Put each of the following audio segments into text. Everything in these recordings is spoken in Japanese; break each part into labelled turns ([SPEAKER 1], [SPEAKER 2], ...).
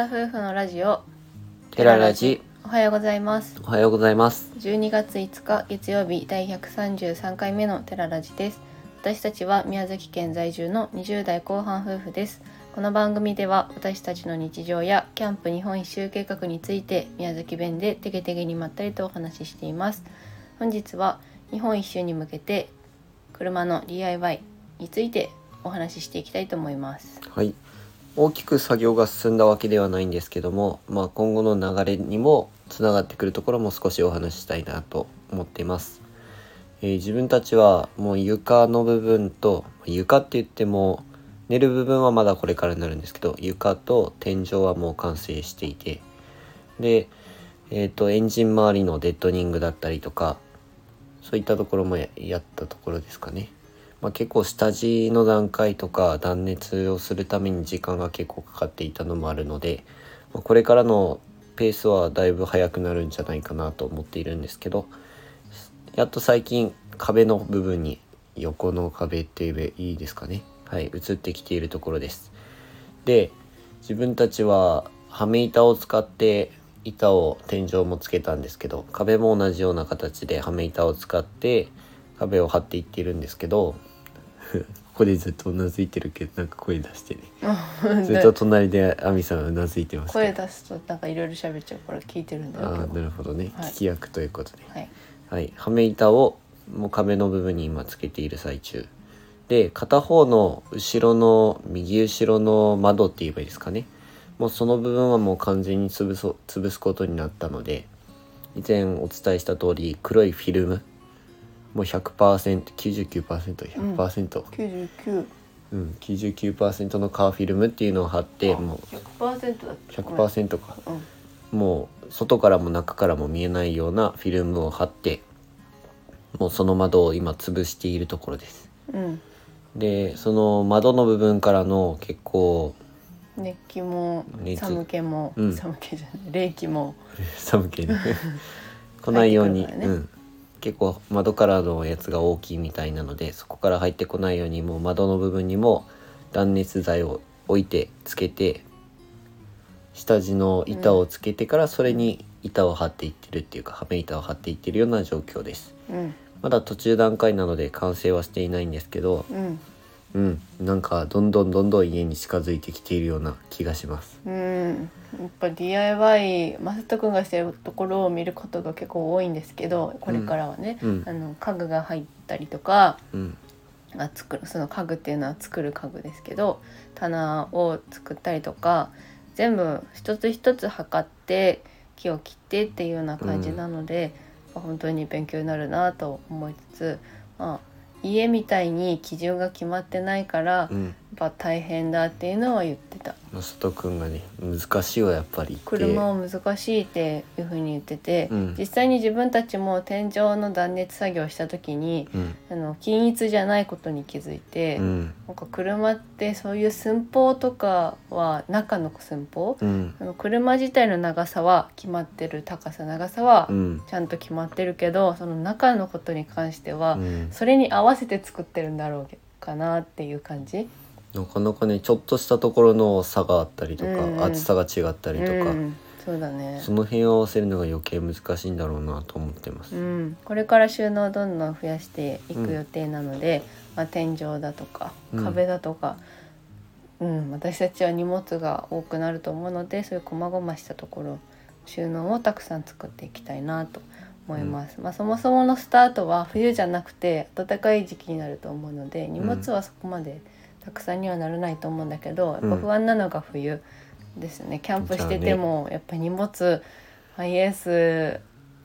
[SPEAKER 1] ラジオ
[SPEAKER 2] テララジ
[SPEAKER 1] おはようございます
[SPEAKER 2] おはようございます
[SPEAKER 1] 12月5日月曜日第133回目のテララジです私たちは宮崎県在住の20代後半夫婦ですこの番組では私たちの日常やキャンプ日本一周計画について宮崎弁でテゲテゲにまったりとお話ししています本日は日本一周に向けて車の DIY についてお話ししていきたいと思い ます
[SPEAKER 2] はい大きく作業が進んだわけではないんですけども、まあ、今後の流れにもつながってくるところも少しお話ししたいなと思っています、えー自分たちはもう床の部分と床って言っても寝る部分はまだこれからになるんですけど床と天井はもう完成していてで、えー、とエンジン周りのデッドニングだったりとかそういったところもややったところですかね。まあ、結構下地の段階とか断熱をするために時間が結構かかっていたのもあるので、まあこれからのペースはだいぶ速くなるんじゃないかなと思っているんですけどやっと最近壁の部分に横の壁って言えばいいですかねはい移ってきているところですで自分たちははめ板を使って板を天井もつけたんですけど壁も同じような形ではめ板を使って壁を張っていっているんですけど ここでずっとうなずいてるけどなんか声出してねずっと隣で亜美さんうなずいてますけど
[SPEAKER 1] 声出すとなんかいろいろ喋っちゃうから聞いてるんだ
[SPEAKER 2] あ
[SPEAKER 1] よ
[SPEAKER 2] あなるほどね、
[SPEAKER 1] はい
[SPEAKER 2] 聞き役ということで
[SPEAKER 1] はい
[SPEAKER 2] はいはめ板をもう壁の部分に今つけている最中で片方の後ろの右後ろの窓って言えばいいですかねもうその部分はもう完全に潰そ潰すことになったので以前お伝えした通り黒いフィルムもう 100%99%100%、
[SPEAKER 1] 99
[SPEAKER 2] うんうん、99%のカーフィルムっていうのを貼っても
[SPEAKER 1] 100%だっ
[SPEAKER 2] う
[SPEAKER 1] け
[SPEAKER 2] 100%か
[SPEAKER 1] うん
[SPEAKER 2] もう外からも中からも見えないようなフィルムを貼ってもうその窓を今潰しているところです
[SPEAKER 1] うん
[SPEAKER 2] でその窓の部分からの結構
[SPEAKER 1] 熱気も
[SPEAKER 2] 熱
[SPEAKER 1] 寒気も、
[SPEAKER 2] うん
[SPEAKER 1] 寒気じゃない冷気も
[SPEAKER 2] 寒 気ね来ないように、
[SPEAKER 1] 入ってくるからね
[SPEAKER 2] うん、結構窓からのやつが大きいみたいなのでそこから入ってこないようにもう窓の部分にも断熱材を置いてつけて下地の板をつけてからそれに板を張っていってるっていうかはめ板を張っていってるような状況です。
[SPEAKER 1] うん
[SPEAKER 2] まだ途中段階なので完成はしていないんですけど、
[SPEAKER 1] うん
[SPEAKER 2] うん、なんかどんどんどんどん家に近づいてきているような気がします。
[SPEAKER 1] うんやっぱ DIY マサト君がしてるところを見ることが結構多いんですけどこれからはね、
[SPEAKER 2] うん
[SPEAKER 1] あの家具が入ったりとか
[SPEAKER 2] うん、
[SPEAKER 1] あ作るその家具っていうのは作る家具ですけど棚を作ったりとか全部一つ一つ測って木を切ってっていうような感じなので、まあ本当に勉強になるなと思いつつ、まあ、家みたいに基準が決まってないから、
[SPEAKER 2] う
[SPEAKER 1] やっ
[SPEAKER 2] ん、
[SPEAKER 1] ぱ大変だっていうのは言ってた。
[SPEAKER 2] マサト君がね、難しいはやっぱり言って。
[SPEAKER 1] 車は難しいっていうふうに言ってて、
[SPEAKER 2] うん
[SPEAKER 1] 実際に自分たちも天井の断熱作業をした時に
[SPEAKER 2] うん、
[SPEAKER 1] あの均一じゃないことに気づいて、
[SPEAKER 2] うん、
[SPEAKER 1] なんか車ってそういう寸法とかは中の寸法、
[SPEAKER 2] うん、
[SPEAKER 1] あの車自体の長さは決まってる高さ長さは
[SPEAKER 2] うん、
[SPEAKER 1] ちゃんと決まってるけど、その中のことに関しては、
[SPEAKER 2] うん、
[SPEAKER 1] それに合わせて作ってるんだろうかなっていう感じ。
[SPEAKER 2] なかなかね、ちょっとしたところの差があったりとか、
[SPEAKER 1] うんうん
[SPEAKER 2] 厚さが違ったりとか、
[SPEAKER 1] うん、そうだね
[SPEAKER 2] その辺を合わせるのが余計難しいんだろうなと思ってます。
[SPEAKER 1] うん、これから収納をどんどん増やしていく予定なので、まあ、天井だとか
[SPEAKER 2] うん
[SPEAKER 1] 壁だとか、うん私たちは荷物が多くなると思うのでそういう細々したところ収納をたくさん作っていきたいなと思います、まあ、そもそものスタートは冬じゃなくて暖かい時期になると思うので荷物はそこまでたくさんにはならないと思うんだけど、やっぱ不安なのが冬ですねキャンプしててもやっぱ荷物ハイエース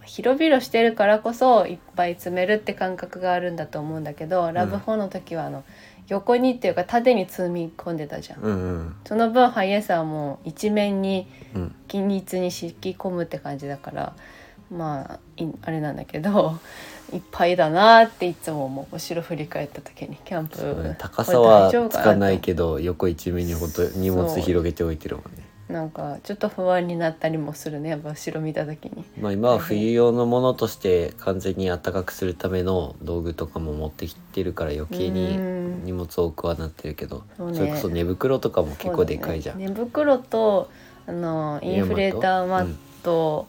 [SPEAKER 1] 広々してるからこそいっぱい詰めるって感覚があるんだと思うんだけどラブ4の時はあの横にっていうか縦に積み込んでたじゃん。
[SPEAKER 2] うん、うん、
[SPEAKER 1] その分ハイエースはもう一面に
[SPEAKER 2] うん、
[SPEAKER 1] 均一に敷き込むって感じだからまあいあれなんだけど いっぱいだなっていつも思う後ろ振り返った時にキャンプ、
[SPEAKER 2] そうね。高
[SPEAKER 1] こ
[SPEAKER 2] さ
[SPEAKER 1] れ
[SPEAKER 2] は
[SPEAKER 1] 大丈夫
[SPEAKER 2] つ
[SPEAKER 1] な
[SPEAKER 2] かないけど、横一面に本当荷物
[SPEAKER 1] そう
[SPEAKER 2] 広げておいてるもんね。
[SPEAKER 1] なんかちょっと不安になったりもするねやっぱ後ろ見た時に。
[SPEAKER 2] まあ、今は冬用のものとして完全に暖かくするための道具とかも持ってきてるから余計に
[SPEAKER 1] うん
[SPEAKER 2] 荷物多くはなってるけど
[SPEAKER 1] そ
[SPEAKER 2] そう
[SPEAKER 1] ね
[SPEAKER 2] れこそ寝袋とかも結構でかいじゃん、
[SPEAKER 1] そうだね寝袋とあの
[SPEAKER 2] イ
[SPEAKER 1] イ
[SPEAKER 2] ヤ
[SPEAKER 1] ン
[SPEAKER 2] ーマット
[SPEAKER 1] フレーターマット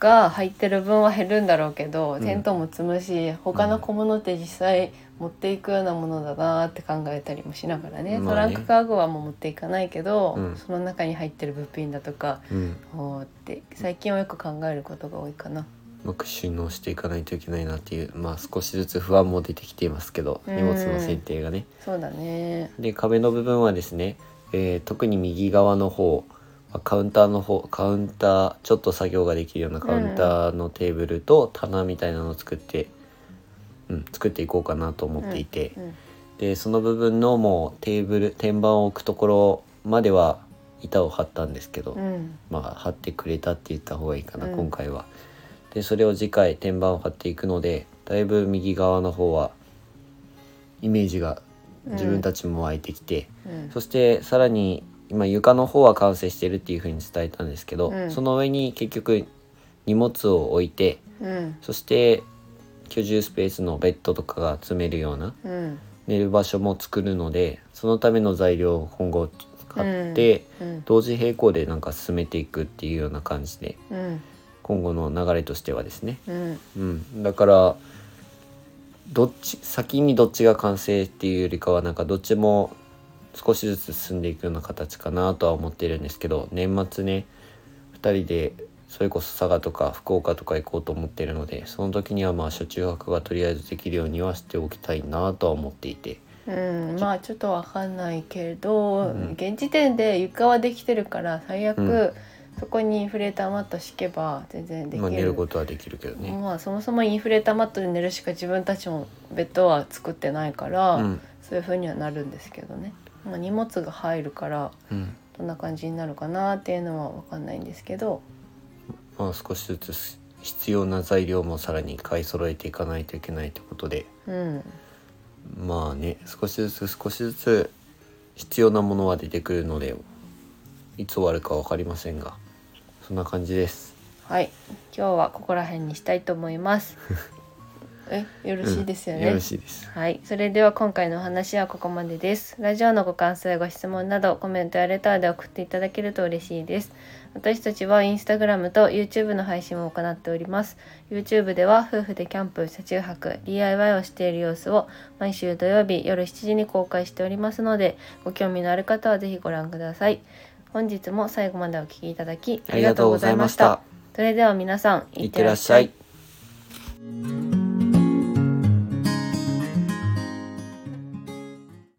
[SPEAKER 1] が入ってる分は減るんだろうけど、
[SPEAKER 2] ん
[SPEAKER 1] テントも積むし他の小物って実際持っていくようなものだなって考えたりもしながらね,、ト
[SPEAKER 2] まあ
[SPEAKER 1] ラ
[SPEAKER 2] ね
[SPEAKER 1] ンクカーゴはもう持っていかないけど、
[SPEAKER 2] うん
[SPEAKER 1] その中に入ってる物品だとか
[SPEAKER 2] うん、
[SPEAKER 1] おーって最近はよく考えることが多いかな。
[SPEAKER 2] 僕収納していかないといけないなっていうまあ少しずつ不安も出てきていますけど
[SPEAKER 1] うん
[SPEAKER 2] 荷物の選定がね。
[SPEAKER 1] そうだね
[SPEAKER 2] で壁の部分はですね、えー特に右側の方まあカウンターの方カウンターちょっと作業ができるようなカウンターのテーブルと棚みたいなのを作って、うん、作っていこうかなと思っていて、
[SPEAKER 1] うん
[SPEAKER 2] でその部分のもうテーブル天板を置くところまでは板を張ったんですけど、
[SPEAKER 1] うん
[SPEAKER 2] まあ貼ってくれたって言った方がいいかな、
[SPEAKER 1] うん
[SPEAKER 2] 今回は。でそれを次回天板を貼っていくのでだいぶ右側の方はイメージが自分たちも湧いてきて、
[SPEAKER 1] うん
[SPEAKER 2] そしてさらに今床の方は完成してるっていう風に伝えたんですけど、
[SPEAKER 1] うん
[SPEAKER 2] その上に結局荷物を置いて
[SPEAKER 1] うん
[SPEAKER 2] そして居住スペースのベッドとかが積めるような
[SPEAKER 1] うん
[SPEAKER 2] 寝る場所も作るのでそのための材料を今後買って、
[SPEAKER 1] うん
[SPEAKER 2] 同時並行でなんか進めていくっていうような感じで
[SPEAKER 1] うん
[SPEAKER 2] 今後の流れとしてはですね、
[SPEAKER 1] うん
[SPEAKER 2] うん、だからどっち先にどっちが完成っていうよりかはなんかどっちも少しずつ進んでいくような形かなとは思ってるんですけど年末ね2人でそれこそ佐賀とか福岡とか行こうと思ってるのでその時にはまあ車中泊がとりあえずできるようにはしておきたいなとは思っていて。
[SPEAKER 1] うん、まあちょっとわかんないけれど、
[SPEAKER 2] うん
[SPEAKER 1] 現時点で床はできてるから最悪、
[SPEAKER 2] うん
[SPEAKER 1] そこにインフレーターマット敷けば全然できる,、
[SPEAKER 2] まあ、寝ることはできるけどね。
[SPEAKER 1] まあそもそもインフレーターマットで寝るしか自分たちもベッドは作ってないから、
[SPEAKER 2] うん、
[SPEAKER 1] そういう風にはなるんですけどね、まあ、荷物が入るから
[SPEAKER 2] うん、
[SPEAKER 1] どんな感じになるかなっていうのはわかんないんですけど、
[SPEAKER 2] まあ少しずつし必要な材料もさらに買い揃えていかないといけないということで
[SPEAKER 1] うん、
[SPEAKER 2] まあね少しずつ少しずつ必要なものは出てくるのでいつ終わるか分かりませんがそんな感じです
[SPEAKER 1] はい今日はここら辺にしたいと思い ます。えよろしいですよ
[SPEAKER 2] うん
[SPEAKER 1] ね。
[SPEAKER 2] よろしいです
[SPEAKER 1] はい、それでは今回のお話はここまでです。ラジオのご感想やご質問などコメントやレターで送っていただけると嬉しいです。私たちはインスタグラムと YouTube の配信を行っております。YouTube では夫婦でキャンプ、車中泊、DIY をしている様子を毎週土曜日夜7時に公開しておりますので、ご興味のある方はぜひご覧ください。本日も最後までお聞きいただきあ
[SPEAKER 2] あり
[SPEAKER 1] りが
[SPEAKER 2] が
[SPEAKER 1] と
[SPEAKER 2] と
[SPEAKER 1] う
[SPEAKER 2] う
[SPEAKER 1] ご
[SPEAKER 2] ご
[SPEAKER 1] ざ
[SPEAKER 2] ざ
[SPEAKER 1] い
[SPEAKER 2] い
[SPEAKER 1] ま
[SPEAKER 2] ま
[SPEAKER 1] し
[SPEAKER 2] したた。
[SPEAKER 1] それでは皆さん、
[SPEAKER 2] いってらっしゃい